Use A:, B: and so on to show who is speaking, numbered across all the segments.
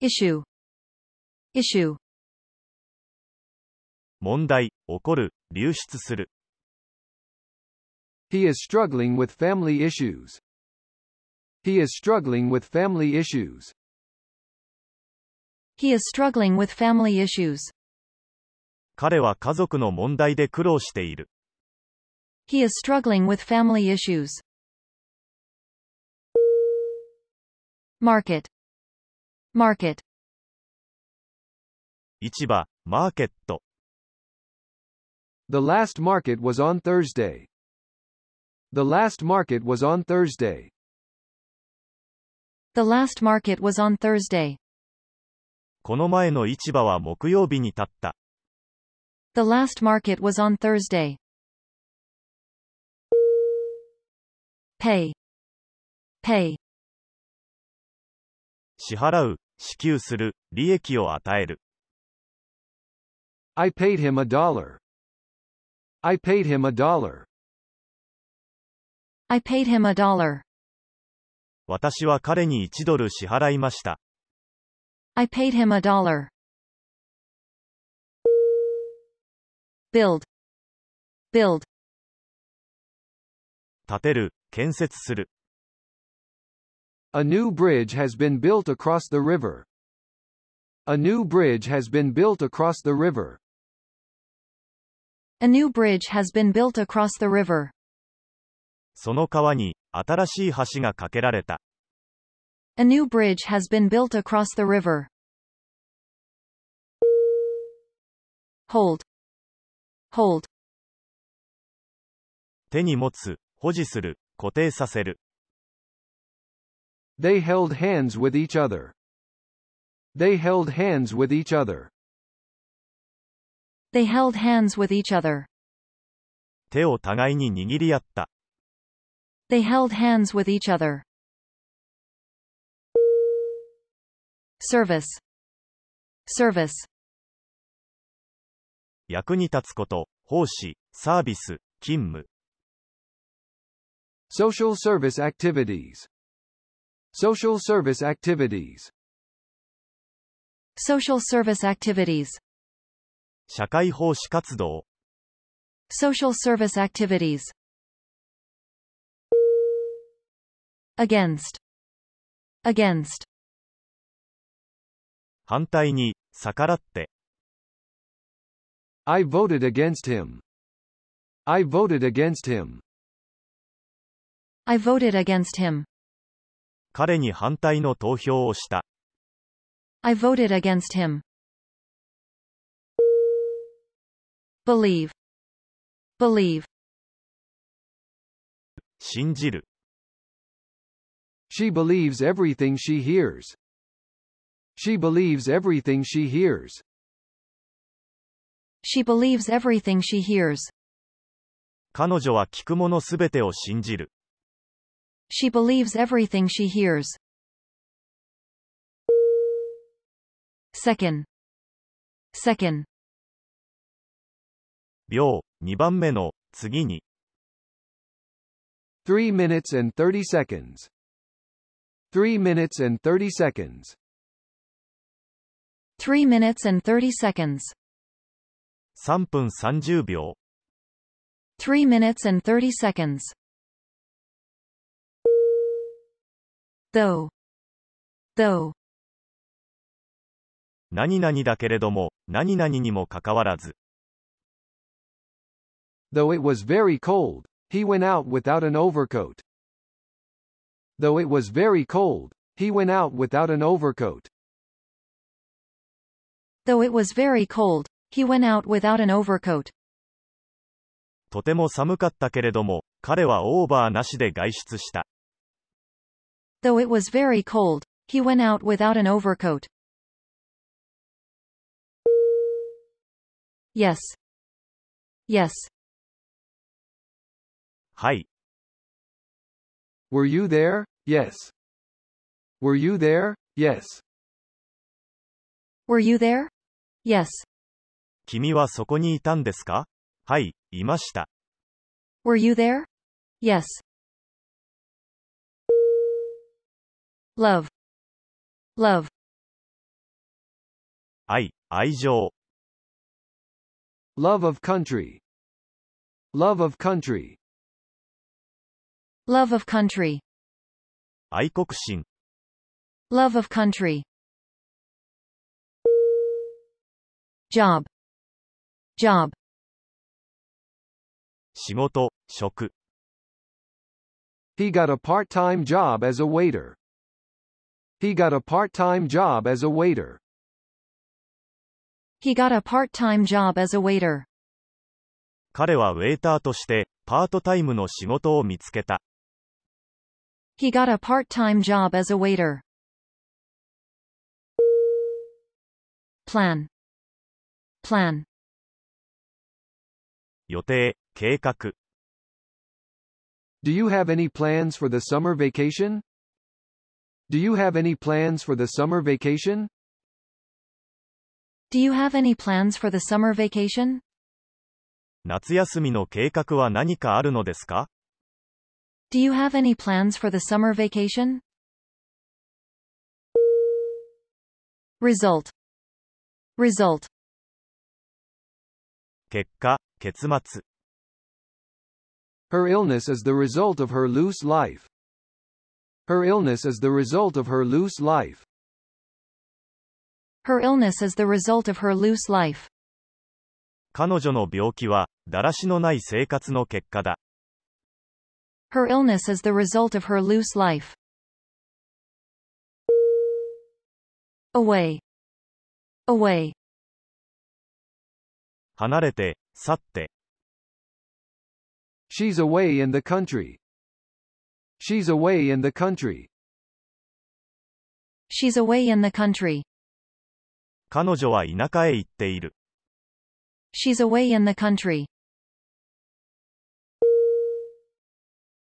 A: issue, issue,
B: 問題、起こる、流出する。
C: He is struggling with family issues. He is struggling with family issues.
A: he is struggling with family issues,
B: 彼は家族の問題で苦労している。
A: he is struggling with family issues. Market, market,
B: 市場、マーケット。
C: The last market was on Thursday. The last market was on Thursday.
A: the last market was on Thursday.
B: この前の市場は木曜日に立った。
A: The last market was on Thursday. Pay. Pay.
B: 支払う、支給する、利益を与える。
C: I paid him a dollar. I paid him a dollar.
A: I paid him a dollar.
B: 私は彼に1ドル支払いました。
A: I paid him a dollar. Build. Build.
B: 建てる、建設する。
C: A new bridge has been built across the river. A new bridge has been built across the river.
A: A new bridge has been built across the river.
B: その川に、新しい橋が架けられた。
A: A new bridge has been built across the river. Hold. Hold.
B: 手に持つ、保持する、固定させる。
C: They held hands with each other. They held hands with each other.
A: They held hands with each other.
B: 手を互いに握り合った。
A: They held hands with each other. Service. Service.
B: 役に立つこと、奉仕、サービス、勤務。
C: Social service activities. Social service activities.
A: Social service activities.
B: 社会奉仕活動。
A: Social service activities. Against. Against.
B: 反対に、逆らって。
C: I voted against him. I voted against him.
A: I voted against him.
B: 彼に反対の投票をした。
A: I voted against him. Believe. Believe.
B: 信じる。
C: She believes everything she hears. She believes everything she hears.
A: She believes everything she hears.
B: 彼女は聞くものすべてを信じる。
A: She believes everything she hears. Second. Second.
B: 秒、2番目の、次に。
C: 3 minutes and 30 seconds. 3 minutes and 30 seconds.
A: 3 minutes and 30 seconds.
B: 3分30秒。
A: 3 minutes and 30 seconds. Though. Though.
B: 何々だけれども、何々にもかかわらず。
C: Though it was very cold, he went out without an overcoat. Though it was very cold, he went out without an overcoat.
A: Though it was very cold, he went out without an overcoat.
B: とても寒かったけれども、彼はオーバーなしで外出した。
A: Though it was very cold, he went out without an overcoat. Yes. Yes.
B: はい。
C: Were you there? Yes. Were you there? Yes.
A: Were you there? Yes.
B: 君はそこにいたんですかはい、いました。
A: Were you there? Yes. Love. Love.
B: 愛、愛情、
C: Love of country. Love of country.
A: Love of country.
B: 愛国心、
A: Love of country. Job. Job.
B: 仕事、食、
C: He got a part-time job as a waiter. He got a part-time job as a waiter.
A: He got a part-time job as a waiter.
B: 彼はウェイターとして、パートタイムの仕事を見つけた。
A: He got a part-time job as a waiter. Plan. Plan.
B: 予定、計画、
C: Do you have any plans for the summer vacation? Do you have any plans for the summer vacation?
A: Do you have any plans for the summer vacation?
B: 夏休みの計画は何かあるのですか
A: Do you have any plans for the summer vacation? Result. Result.
B: 結果、結末、
C: Her illness is the result of her loose life. Her illness is the result of her loose life.
A: Her illness is the result of her loose life.
B: 彼女の病気は、だらしのない生活の結果だ。
A: Her illness is the result of her loose life. Away. Away.
B: 離れて、去って、
C: She's away in the country. She's away in the country.
A: She's away in the country.
B: 彼女は田舎へ行っている。
A: She's away in the country.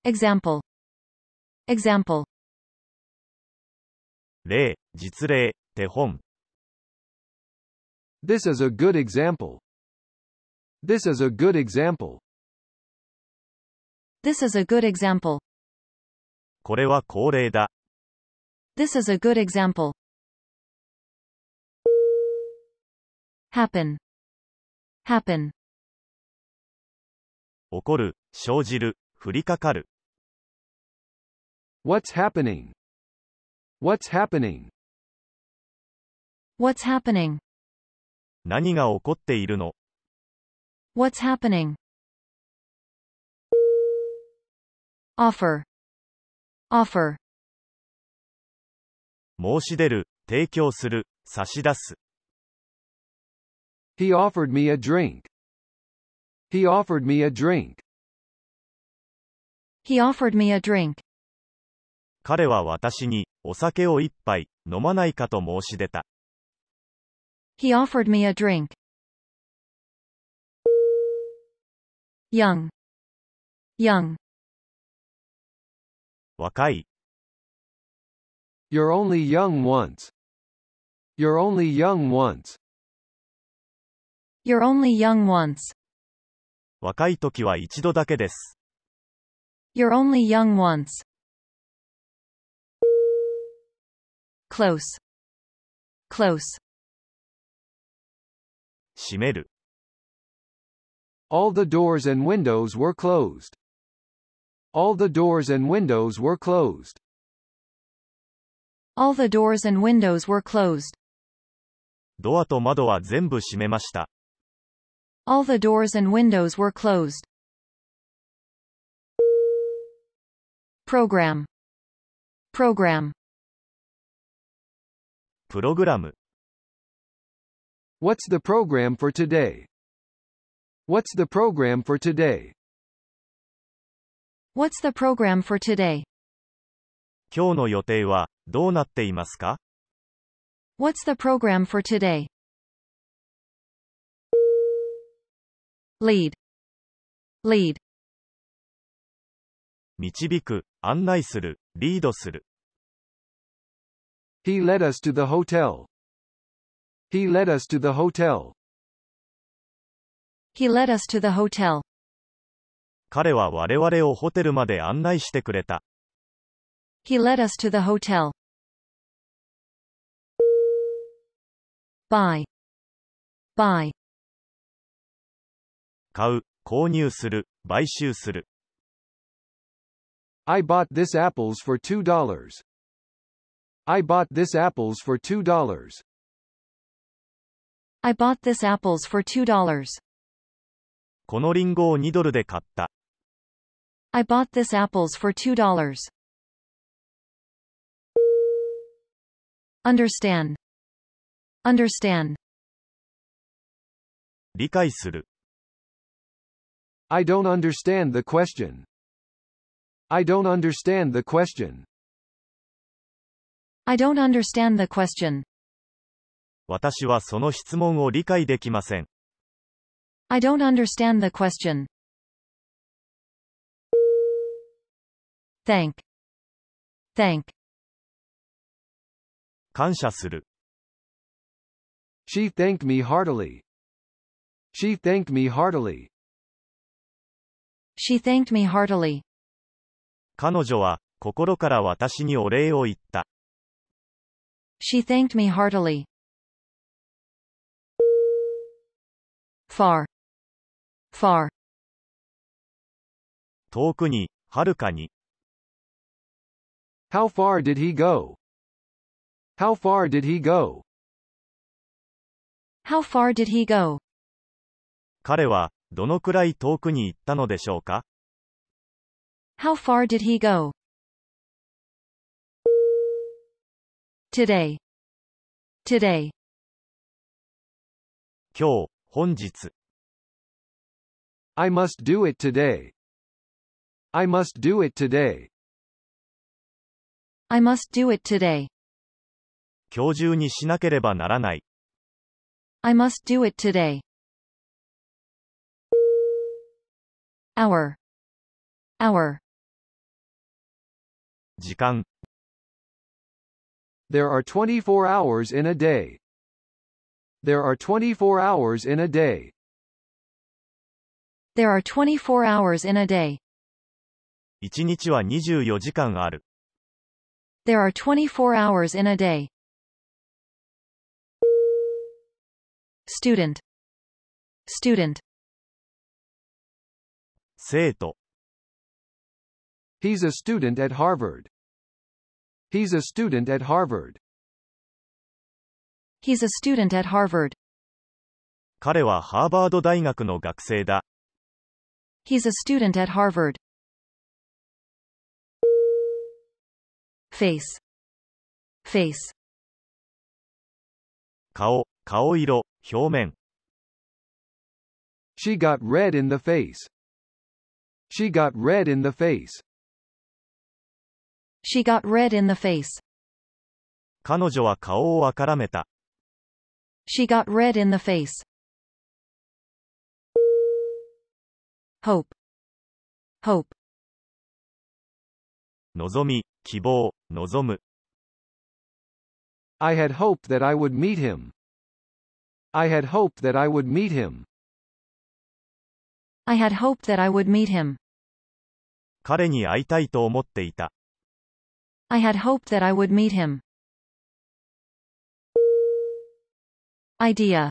A: Example. Example.
B: 例、実例、手本、
C: This is a good example. This is a good example.
A: This is a good example.
B: これは恒例だ。
A: This is a good example. Happen. Happen.
B: 起こる、生じる、降りかかる。
C: What's happening? What's happening?
A: What's happening?
B: 何が起こっているの
A: What's happening? Offer. Offer.
B: 申し出る、提供する、差し出す。
C: He offered me a drink. He offered me a drink.
A: He offered me a drink.
B: 彼は私に、お酒を一杯、飲まないかと申し出た。
A: He offered me a drink. Young. Young.
B: 若い、
C: You're only young once. You're only young once.
A: You're only young once.
B: 若い時は一度だけです。
A: You're only young once. Close. Close.
B: 閉める。
C: All the doors and windows were closed. All the doors and windows were closed.
A: All the doors and windows were closed.
B: ドアと窓は全部閉めました。
A: All the doors and windows were closed. Program. Program.
B: プログラム、
C: What's the program for today? What's the program for today?
A: What's the program for today?
B: 今日の予定は、どうなっていますか
A: What's the program for today? Lead. Lead.
B: 導く、案内する、リードする。
C: He led us to the hotel. He led us to the hotel.
A: He led us to the hotel.
B: 彼は我々をホテルまで案内してくれた。
A: He led us to the hotel. Buy. buy,
B: 買う、購入する、買収する。
C: I bought this apples for $2. I bought this apples for $2.
A: I bought this apples for $2.
B: このリンゴを2ドルで買った。
A: I bought this apples for $2. Understand. Understand.
B: 理解する。
C: I don't understand the question. I don't understand the question.
A: I don't understand the question.
B: 私はその質問を理解できません。
A: I don't understand the question. Thank. Thank.
B: 感謝する。
C: She thanked me heartily. She thanked me heartily.
A: She thanked me heartily.
B: 彼女は、心から私にお礼を言った。
A: She thanked me heartily. Far. Far.
B: 遠くに、遥かに。
C: How far did he go? How far did he go?
A: How far did he go?
B: 彼は、どのくらい遠くに行ったのでしょうか
A: How far did he go? Today. Today.
B: 今日、本日。
C: I must do it today. I must do it today.
A: I must do it today.
B: 今日中にしなければならない。
A: I must do it today. Hour. Hour.
B: 時間。
C: There are 24 hours in a day. There are 24 hours in a day.
A: There are 24 hours in a day.
B: 1日は24時間ある。
A: There are 24 hours in a day. Student. Student.
B: 生徒。
C: He's a student at Harvard. He's a student at Harvard.
A: He's a student at Harvard.
B: 彼はハーバード大学の学生だ。
A: He's a student at Harvard. Face. Face.
B: 顔、顔色、表面。
C: She got red in the face. She got red in the face.
A: She got red in the face.
B: 彼女は顔をあからめた。
A: She got red in the face. Hope. Hope.
B: 望み、希望、望む。
C: I had hoped that I would meet him. I had hoped that I would meet him.
A: I had hoped that I would meet him.
B: 彼に会いたいと思っていた。
A: I had hoped that I would meet him. Idea.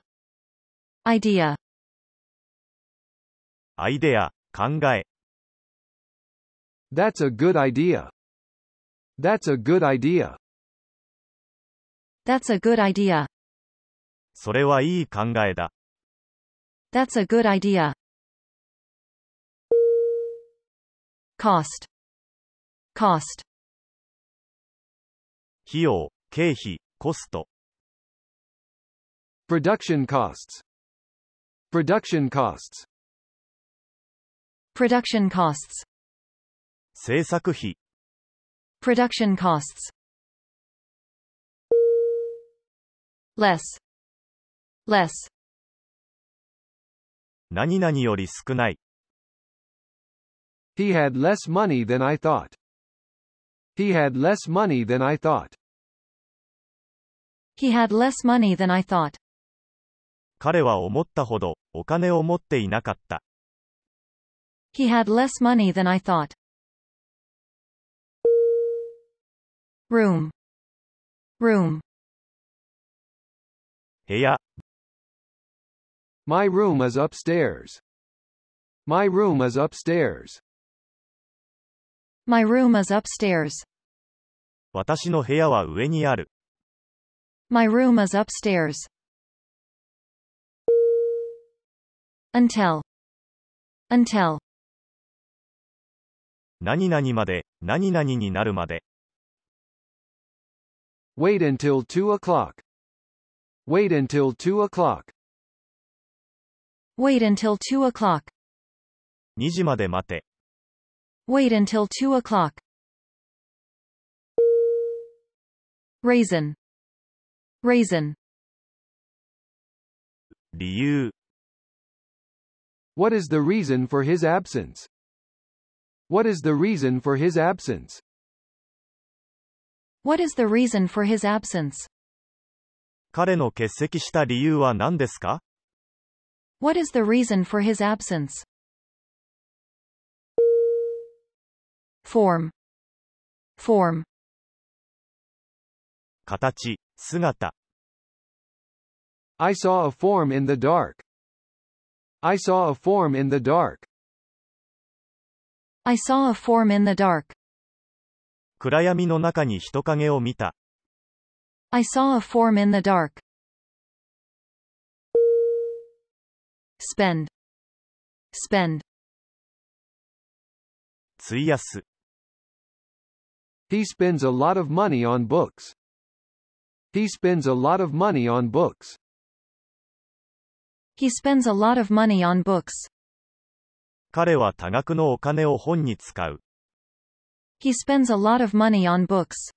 A: Idea.
B: アイデア、考え。
C: That's a good idea. That's a good idea.
A: That's a good idea.
B: それはいい考えだ。
A: That's a good idea. Cost. Cost.
B: 費用、経費、コスト。
C: Production costs. Production costs.
A: Production costs.
B: 制作費。
A: Production costs. Less. Less.
B: 何々より少ない。
C: He had less money than I thought. He had less money than I thought.
A: He had less money than I thought.
B: 彼は思ったほど、お金を持っていなかった。
A: He had less money than I thought. Room. Room.
B: 部屋、
C: My room is upstairs. My room is upstairs.
A: My room is upstairs.
B: 私の部屋は上にある。
A: My room is upstairs. Until. Until.
B: 何々まで、何々になるまで。
C: Wait until 2 o'clock. Wait until 2 o'clock.
A: Wait until 2 o'clock.
B: 2時まで待て。
A: Wait until 2 o'clock. Raisin. Raisin.
B: 理由。
C: What is the reason for his absence? What is the reason for his absence?
A: What is the reason for his absence?
B: 彼の欠席した理由は何ですか
A: What is the reason for his absence? Form. Form.
B: 形、姿。
C: I saw a form in the dark. I saw a form in the dark.
A: I saw a form in the dark.
B: 暗闇の中に人影を見た。
A: I saw a form in the dark. Spend. Spend.
B: 費やす。
C: He spends a lot of money on books. He spends a lot of money on books.
A: He spends a lot of money on books.
B: 彼は多額のお金を本に使う。
A: He spends a lot of money on books.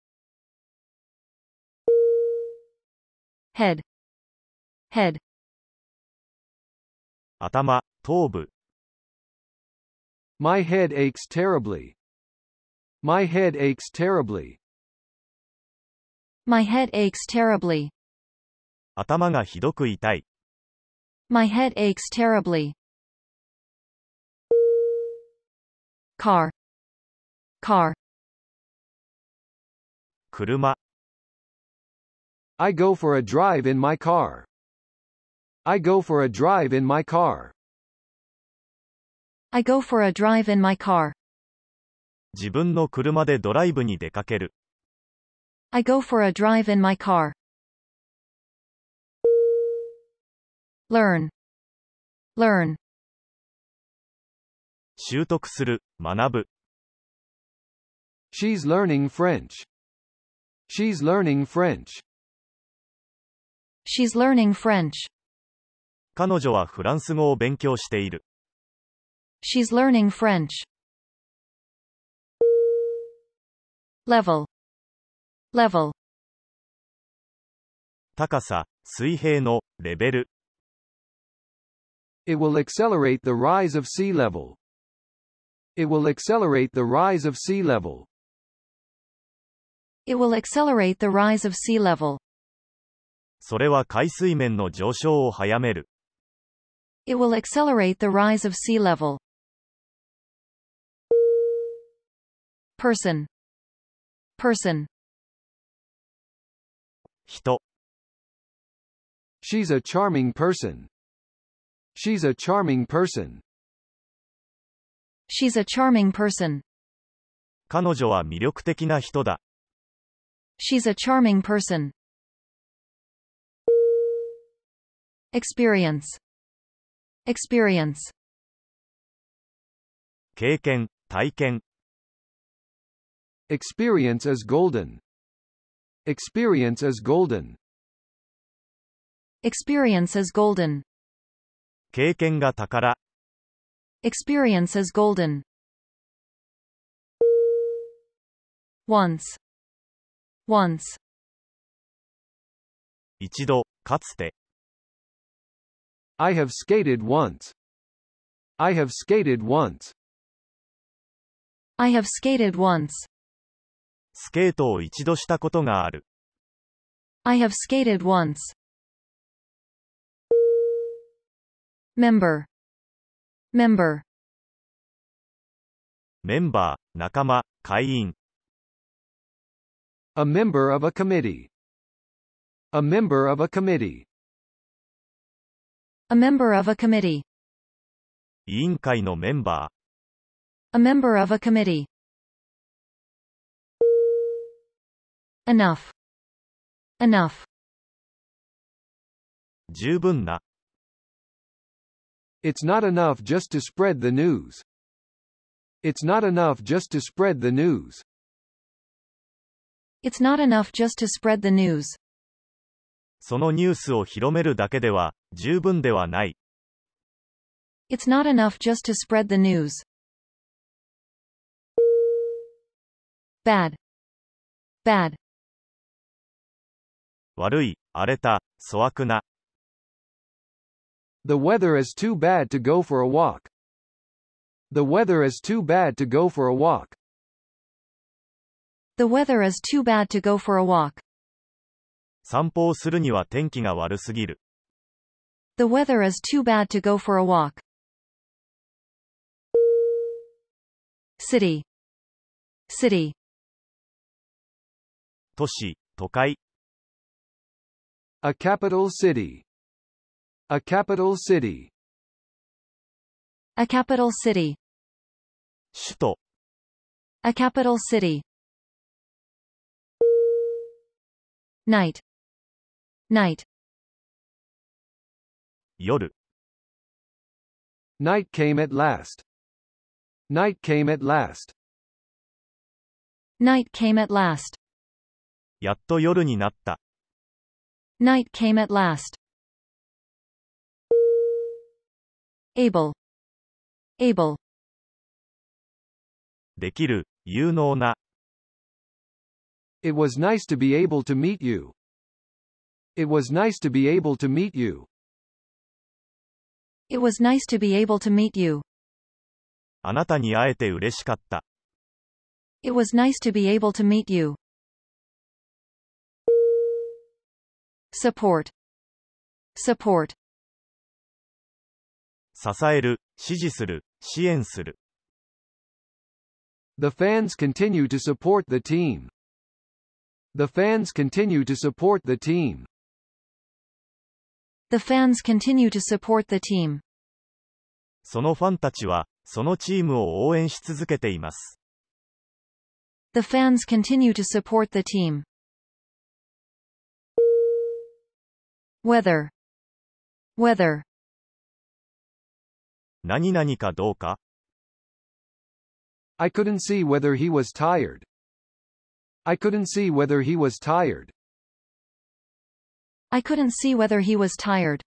A: Head. Head.
B: 頭、頭部。
C: My head aches terribly. My head aches terribly.
A: My head aches terribly.
B: 頭がひどく痛い。
A: My head aches terribly. Car. Car.
B: 車。
C: I go for a drive in my car. I go for a drive in my car.
A: I go for a drive in my car.
B: 自分の車でドライブに出かける。
A: I go for a drive in my car. Learn. Learn.
B: 習得する、学ぶ。
C: She's learning French. She's learning French.
A: She's learning French.
B: 彼女はフランス語を勉強している。
A: She's learning French. Level. Level.
B: 高さ、水平の、レベル。
C: It will accelerate the rise of sea level. It will accelerate the rise of sea level.
A: It will accelerate the rise of sea level.
B: それは海水面の上昇を早める。
A: It will accelerate the rise of sea level. Person. Person.
B: 人。
C: She's a charming person. She's a charming person.
A: She's a charming person.
B: 彼女は魅力的な人だ。
A: She's a charming person. Experience. Experience.
B: 経験、体験。
C: Experience is golden. Experience is golden.
A: Experience is golden.
B: 経験が宝。
A: Experience is golden. Once. Once.
B: 一度、かつて。
C: I have skated once. I have skated once.
A: I have skated once.
B: スケートを一度したことがある。
A: I have skated once. Member. Member.
B: メンバー、仲間、会員。
C: A member of a committee. A member of a committee.
A: A member of a committee.
B: 委員会のメンバ
A: A member of a committee. Enough. Enough.
B: ー、十分な、
C: It's not enough just to spread the news. It's not enough just to spread the news.
A: It's not enough just to spread the news.
B: そのニュースを広めるだけでは、十分ではない、
A: It's not enough just to spread the news. Bad. Bad.
B: 悪い、荒れた、粗悪な、
C: The weather is too bad to go for a walk. The weather is too bad to go for a walk.
A: The weather is too bad to go for a walk.
B: 散歩をするには天気が悪すぎる、
A: The weather is too bad to go for a walk. City. City.
B: 都市、都会、
C: A capital city. A capital city.
A: A capital city.
B: 首都、
A: A capital city. Night. Night.
B: 夜、
C: Night came at last. Night came at last.
A: Night came at last.
B: やっと夜になった、
A: Night came at last. Able. Able.
B: できる、有能な、
C: It was nice to be able to meet you. It was nice to be able to meet you.
A: It was nice to be able to meet you.
B: あなたに会えて嬉しかった、
A: It was nice to be able to meet you. Support. Support.
B: 支える、支持する、支援する、
C: The fans continue to support the team. The fans continue to support the team.
A: The fans continue to support the team.
B: そのファンたちは、そのチームを応援し続けています。
A: The fans continue to support the team. Weather. Weather.
B: 何々かどうか、
C: I couldn't see whether he was tired. I couldn't see whether he was tired.
A: I couldn't see whether he was tired.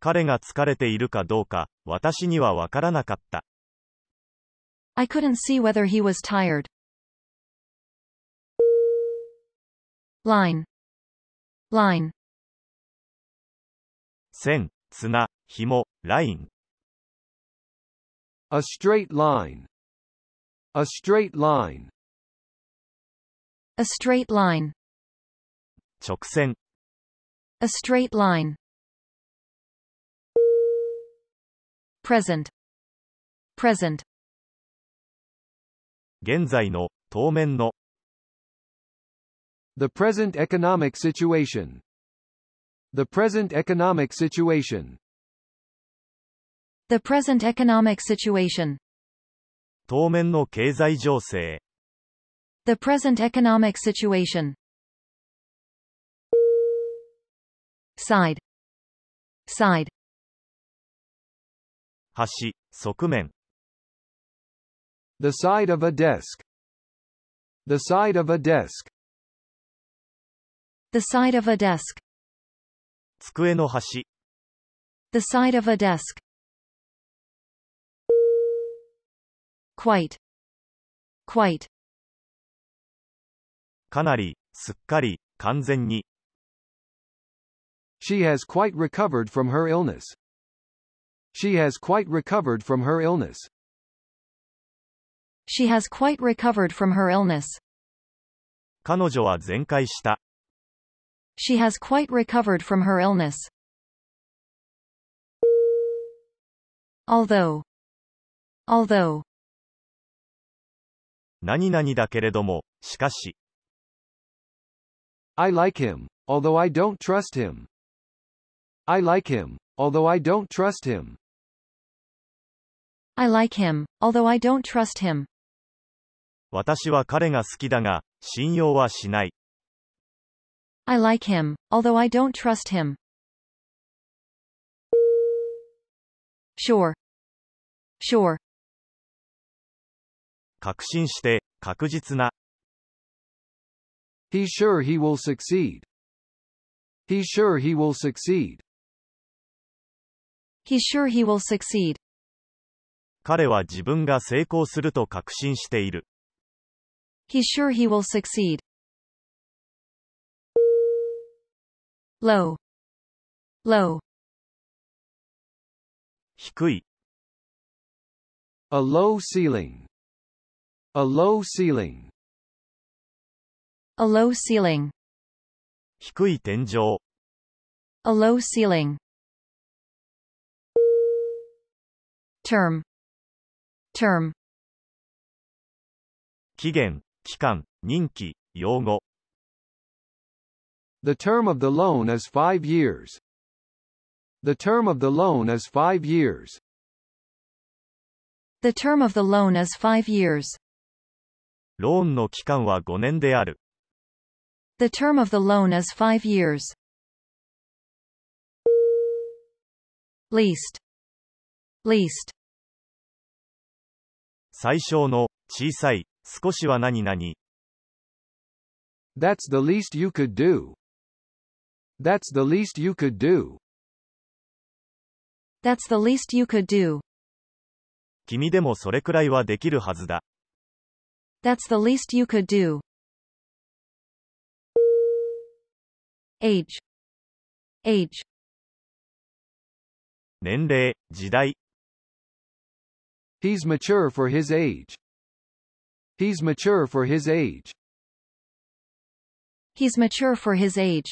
B: 彼が疲れているかどうか、私にはわからなかった。
A: I couldn't see whether he was tired. Line. Line.
B: 線、綱、紐、ライン、
C: A straight line. A straight line.
A: A straight line.
B: 直線、
A: A straight line. Present. Present.
B: 現在の、当面の、
C: The present economic situation. The present economic situation.
A: The present economic situation.
B: 当面の経済情勢、
A: The present economic situation. Side. Side.
B: 端、側面、
C: The side of a desk. The side of a desk.
A: The side of a desk.
B: 机の端、
A: The side of a desk. Quite. Quite.
B: かなり、すっかり、完全に、
C: She has quite recovered from her illness. She has quite recovered from her illness.
A: She has quite recovered from her illness.
B: 彼女は全開した、
A: She has quite recovered from her illness. Although. Although.
B: 何々だけれども、しかし、
C: I like him, although I don't trust him. I like him, although I don't trust him.
A: I like him, although I don't trust him.
B: 私は彼が好きだが、信用はしない。
A: I like him, although I don't trust him. Sure. Sure.
B: 確信して、確実な。
C: He's sure he will succeed. He's sure he will succeed.
A: He's sure he will succeed.
B: 彼は自分が成功すると確信している。
A: He's sure he will succeed. Low. Low.
B: 低い。
C: A low ceiling. A low ceiling.
A: A low ceiling.
B: 低い天井。
A: A low ceiling. Term. Term.
B: 期限、期間、任期、用語。
C: The term of the loan is five years. The term of the loan is five years.
A: The term of the loan is five years.
B: ローンの期間は5年である。
A: The term of the loan is five years. Least. Least.
B: 最小の、小さい、少しは何々。
C: That's the least you could do. That's the least you could do.
A: That's the least you could do.
B: 君でもそれくらいはできるはずだ。
A: That's the least you could do. Age. Age.
B: 年齢、時代。
C: He's mature for his age. He's mature for his age.
A: He's mature for his age.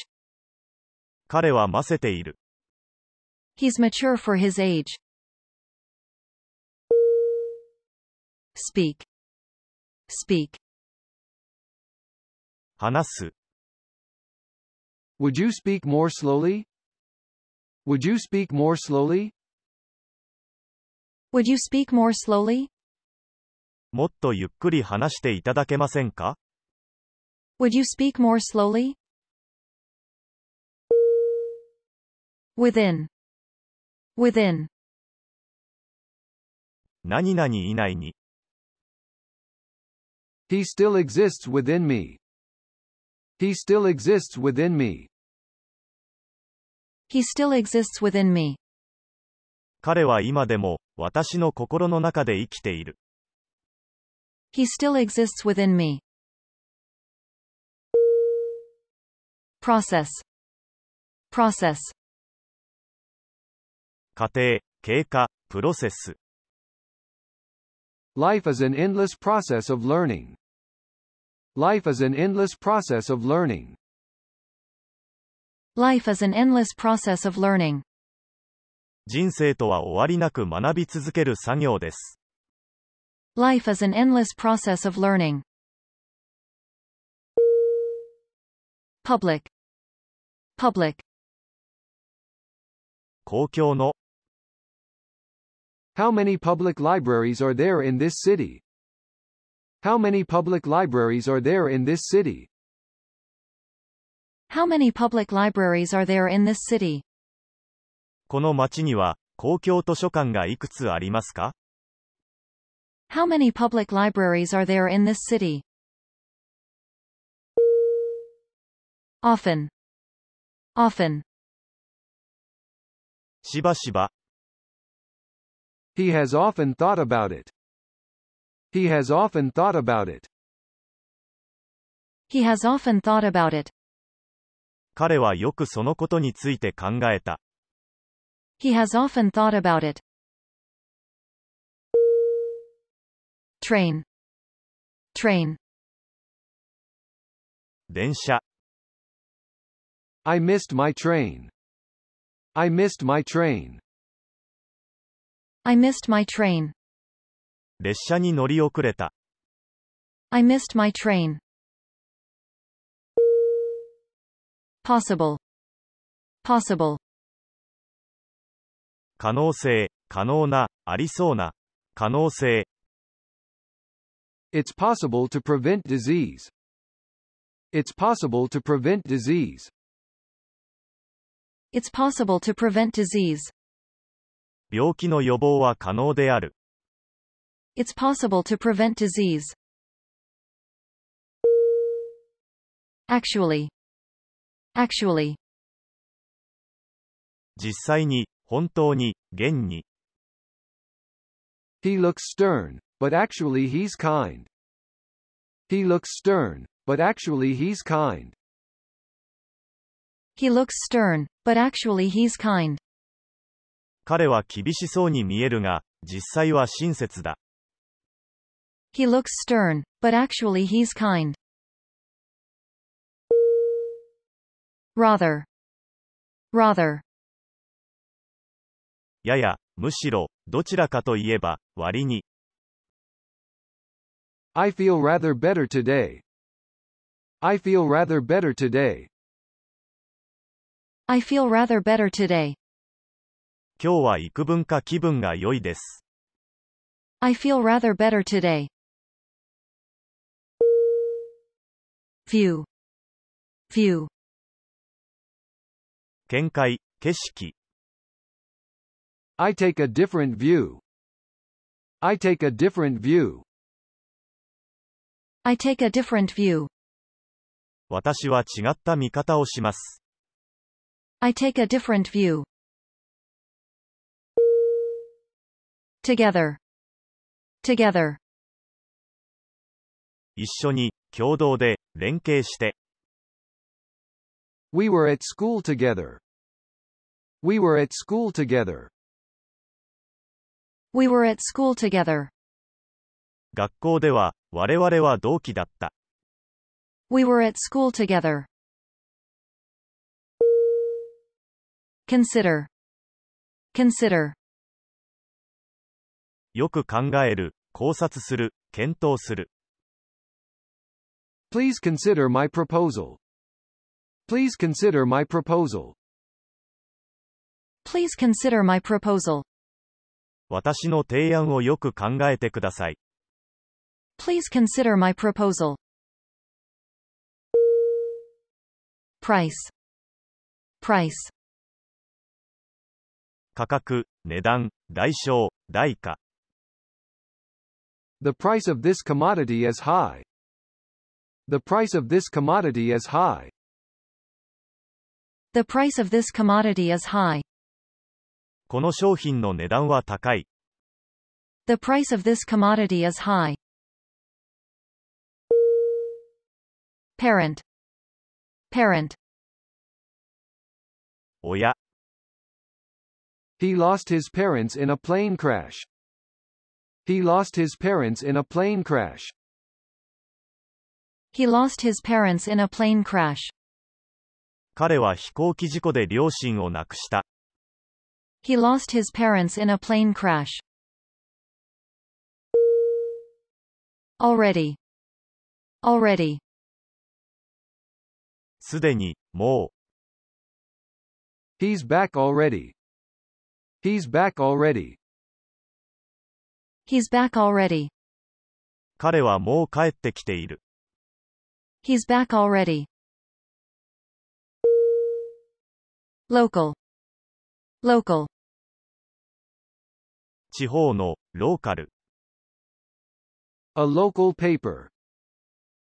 B: 彼はませている。
A: He's mature for his age. Speak. Speak.
B: 話す。
C: Would you speak more slowly? Would you speak more slowly?
A: Would you speak more slowly?
B: もっとゆっくり話していただけませんか
A: Would you speak more slowly? Within. Within.
B: 何々以内に。
C: He still exists within me. He still exists within me.
A: He still exists within me.
B: 彼は今でも、私の心の中で生きている。
A: He still exists within me. Process. Process.
B: 過程、経過、プロセス。
C: Life is an endless process of learning. Life is an endless process of learning.
A: Life is an endless process of learning.
B: 人生とは終わりなく学び続ける作業です。
A: Life is an endless process of learning. Public. Public.
B: 公共の、
C: How many public libraries are there in this city? How many public libraries are there in this city?
A: How many public libraries are there in this city?
B: この町には、公共図書館がいくつありますか
A: How many public libraries are there in this city? Often. Often.
B: しばしば、
C: He has often thought about it. He has often thought about it.
A: He has often thought about it.
B: 彼はよくそのことについて考えた。
A: He has often thought about it. Train. Train.
B: 電車、
C: I missed my train. I missed my train.
A: I missed my train.
B: 列車に乗り遅れた。
A: I missed my train. Possible. Possible.
B: 可能性、可能な、ありそうな、可能性、
C: It's possible to prevent disease. It's possible to prevent disease.
A: It's possible to prevent disease.
B: 病気の予防は可能である。
A: It's possible to prevent disease. Actually. Actually.
B: 実際に、本当に、現に。
C: He looks stern, but actually he's kind. He looks stern, but actually he's kind.
A: He looks stern, but actually he's kind.
B: 彼は厳しそうに見えるが、実際は親切だ。
A: He looks stern, but actually he's kind. Rather. Rather.
B: やや、むしろ、どちらかといえば、割に。
C: I feel rather better today. I feel rather better today.
A: I feel rather better today.
B: 今日は幾分か気分が良いです。
A: I feel rather better today. View. View.
B: 見解、景色。
C: I take a different view. I take a different view.
A: I take a different view.
B: 私は違った見方をします。
A: I take a different view. Together. Together.
B: 一緒に、共同で、連携して。
C: We were at school together. We were at school together.
A: We were at school together.
B: 学校では、我々は同期だった。
A: We were at school together. Consider. Consider.
B: よく考える、考察する、検討する。
C: Please consider my proposal. Please consider my proposal.
A: Please consider my proposal.
B: 私の提案をよく考えてください。
A: Please consider my proposal. Price. Price.
B: 価格、値段、代償、代価。
C: The price of this commodity is high. The price of this commodity is high.
A: The price of this commodity is high.
B: この商品の値段は高い。
A: The price of this commodity is high. Parent. Parent.
B: 親、
C: He lost his parents in a plane crash. He lost his parents in a plane crash.
A: He lost his parents in a plane crash.
B: 彼は飛行機事故で両親を亡くした。
A: He lost his parents in a plane crash. Already. Already.
B: すでに、も
C: He's back already. He's back already.
A: He's back already.
B: う、彼はもう帰ってきている。
A: He's back already. Local. Local.
B: 地方の、ローカル。
C: A local paper.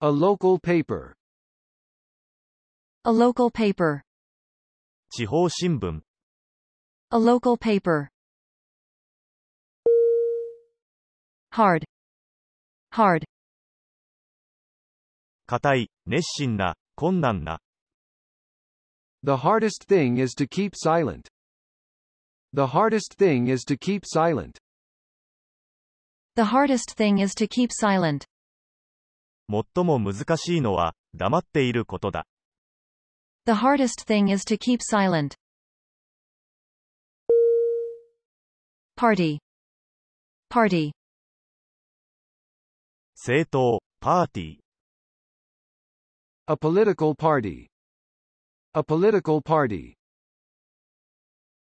C: A local paper.
A: A local paper.
B: 地方新聞。
A: A local paper. Hard. Hard.
B: 硬い、熱心な、困難な。
C: The hardest thing is to keep silent. The hardest thing is to keep silent.
A: The hardest thing is to keep silent.
B: 最も難しいのは、黙っていることだ。
A: The hardest thing is to keep silent. Party. Party.
B: 政党、パーティー。
C: A political party. A political party.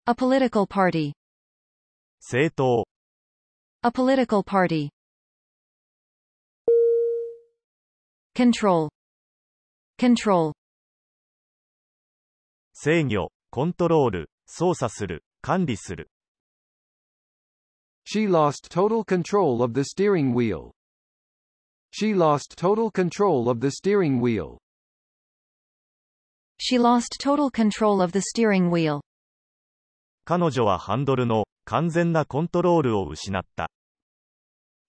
A: A political party.
B: 政党、
A: A political party. Control. Control.
B: 制御、コントロール、操作する、管理する。
C: She lost total control of the steering wheel. She lost total control of the steering wheel.
A: She lost total control of the steering wheel.
B: 彼女はハンドルの完全なコントロールを失った。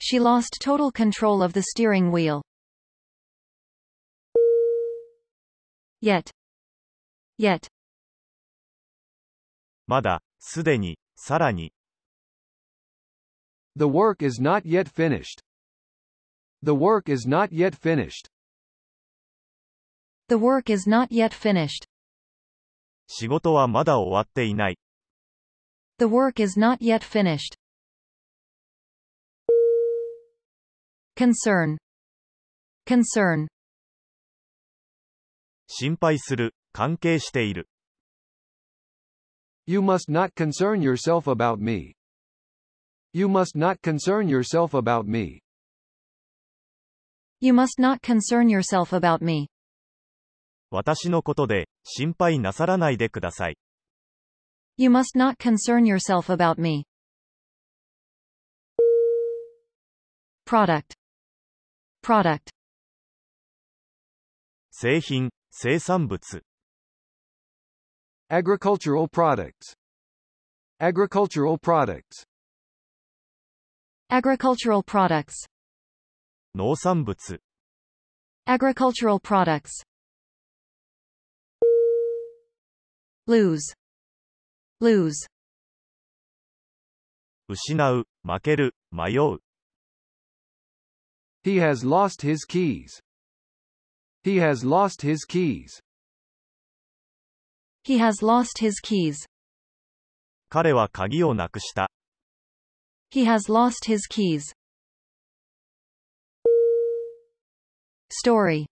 A: She lost total control of the steering wheel. Yet. Yet.
B: まだ、すでに、さらに、
C: The work is not yet finished. The work is not yet finished.
A: The work is not yet finished.
B: 仕事はまだ終わっていない。
A: The work is not yet finished. Concern. Concern.
B: 心配する、関係している。
C: You must not concern yourself about me. You must not concern yourself about me.
A: You must not concern yourself about me.
B: 私のことで、心配なさらないでください。
A: You must not concern yourself about me. Product. Product.
B: 製品、生産物、
C: Agricultural products. Agricultural products.
A: Agricultural products.
B: 農産物、
A: Agricultural products. Lose. Lose.
B: 失う、負ける、迷う。
C: He has lost his keys. He has lost his keys.
A: He has lost his keys.
B: 彼は鍵をなくした。
A: He has lost his keys. Story.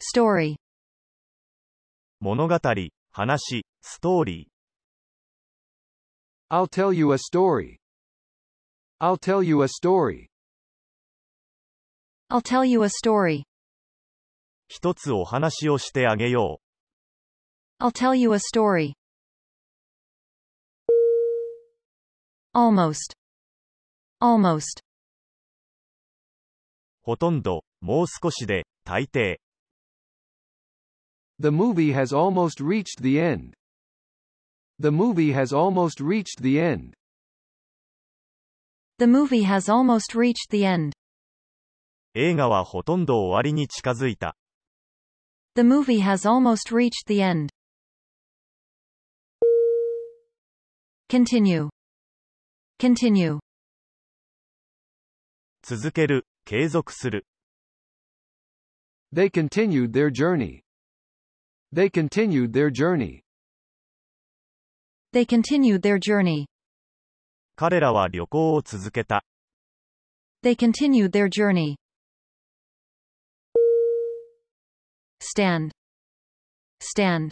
A: Story.
B: 物語、話、ストーリー。
C: I'll tell you a story. I'll tell you a story.
A: I'll tell you a story.
B: 一つお話をしてあげよ
A: I'll tell you a story. Almost. Almost.
B: う。ほとんど、もう少しで、大抵。
C: The movie has almost reached the end. The movie has almost reached the end.
A: The movie has almost reached the end.
B: 映画はほとんど終わりに近づいた。
A: The movie has almost reached the end. Continue. Continue.
B: 続ける、継続する。
C: They continued their journey. They continued their journey.
A: They continued their journey.
B: 彼らは旅行を続けた。
A: They continued their journey. Stand. Stand.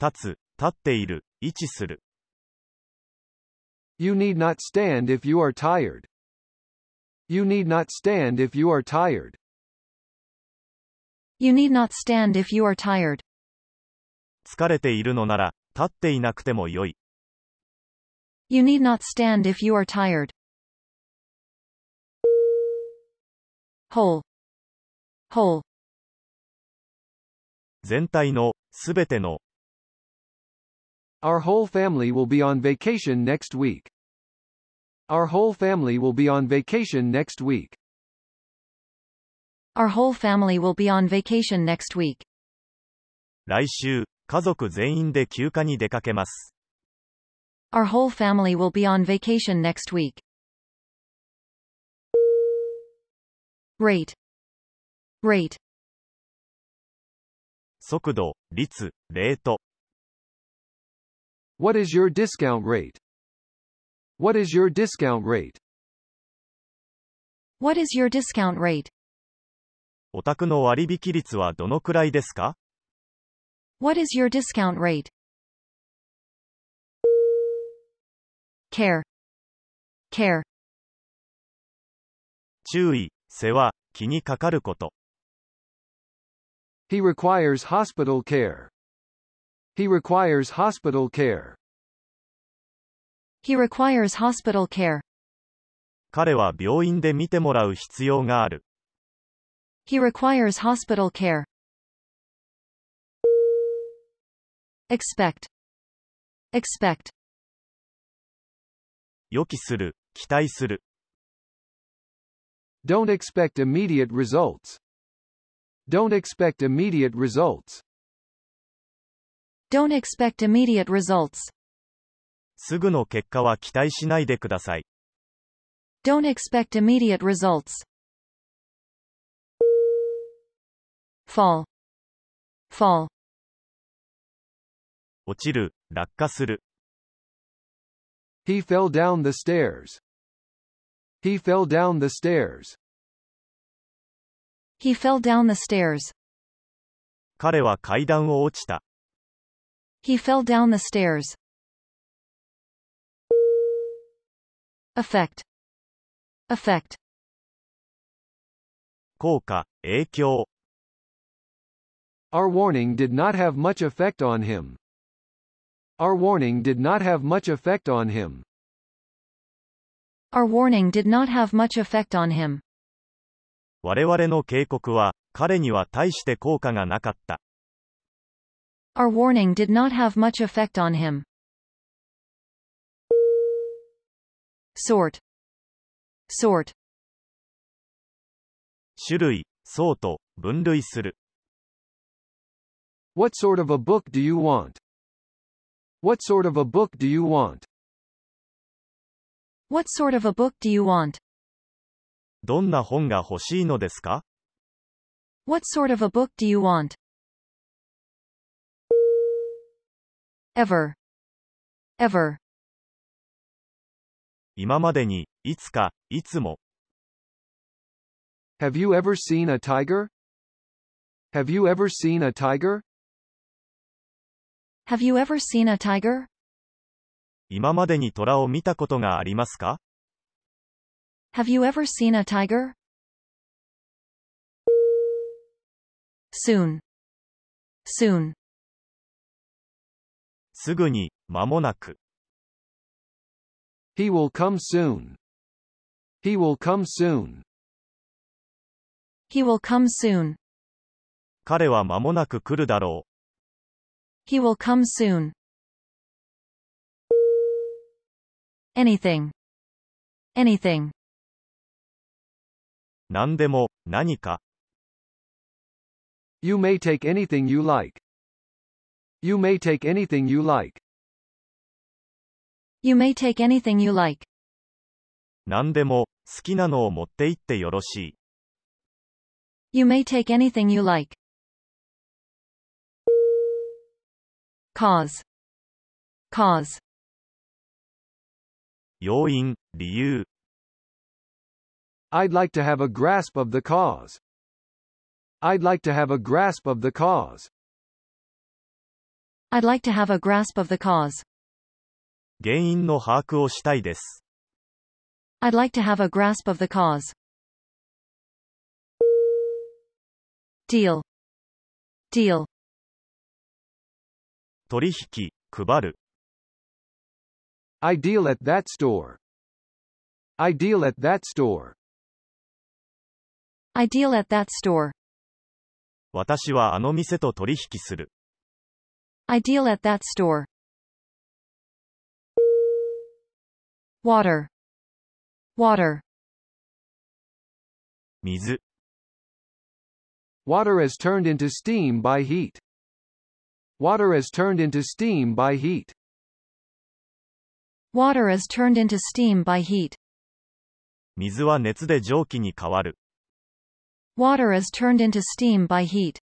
B: 立つ、立っている、位置する。
C: You need not stand if you are tired. You need not stand if you are tired.
A: You need not stand if you are tired.
B: 疲れているのなら、立っていなくてもよい。
A: You need not stand if you are tired. Whole. Whole.
B: 全体の、すべての、
C: Our whole family will be on vacation next week. Our whole family will be on vacation next week.
A: Our whole family will be on vacation next week.
B: 来週、家族全員で休暇に出かけます。
A: Our whole family will be on vacation next week. Rate. Rate.
B: 速度、率、レート。
C: What is your discount rate? What is your discount rate?
A: What is your discount rate?
B: お宅の割引率はどのくらいですか
A: What is your discount rate? care, care,
B: 注意、世話、気にかかること。
C: He requires hospital care. He requires hospital care.
A: he requires hospital care,
B: 彼は病院で見てもらう必要がある。
A: he requires hospital care. Expect, expect,
B: 予期する、期待する。
C: Don't expect immediate results. Don't expect immediate results.
A: don't expect immediate results,
B: すぐの結果は期待しないでください。
A: don't expect immediate results. Fall, fall,
B: 落ちる、落下する。
C: He fell down the stairs. He fell down the stairs.
A: he fell down the stairs,
B: 彼は階段を落ちた。
A: he fell down the stairs. Effect, effect,
B: 効果、影響。
C: Our warning did not have much effect on him. Our warning did not have much effect on him.
A: our warning did not have much effect on him.
B: 我々の警告は、彼には大して効果がなかった。
A: Our warning did not have much effect on him. Sort. Sort.
B: 種類、相当、分類する。
C: What sort of a book do you want? What sort of a book do you want?
A: What sort of a book do you want?
B: どんな本が欲しいのですか
A: What sort of a book do you want? Ever. Ever.
B: 今までに、いつか、いつも。
C: Have you ever seen a tiger? Have you ever seen a tiger?
A: Have you ever seen a tiger?
B: 今までに虎を見たことがありますか
A: Have you ever seen a tiger? Soon. Soon.
B: すぐに、間もなく。
C: He will come soon. He will come soon.
A: He will come soon.
B: 彼は間もなく来るだろ
A: He will come soon. Anything. Anything.
B: う。何でも、何か。
C: You may take anything you like. You may take anything you like.
A: You may take anything you like.
B: 何でも、好きなのを持って行ってよろしい。
A: You may take anything you like. Cause. Cause.
B: 要因、理由。
C: I'd like to have a grasp of the cause. I'd like to have a grasp of the cause.
A: I'd like to have a grasp of the cause.
B: 原因の把握をしたいです。
A: I'd like to have a grasp of the cause. Deal. Deal.
B: 取引、配る。
C: I deal at that store. I deal at that store.
A: I deal at that store.
B: 私はあの店と取引する。
A: I deal at that store. Water. Water.
B: 水。
C: Water is turned into steam by heat. Water is turned into steam by heat.
A: Water is turned into steam by heat.
B: 水は熱で蒸気に変わる。
A: Water is turned into steam by heat.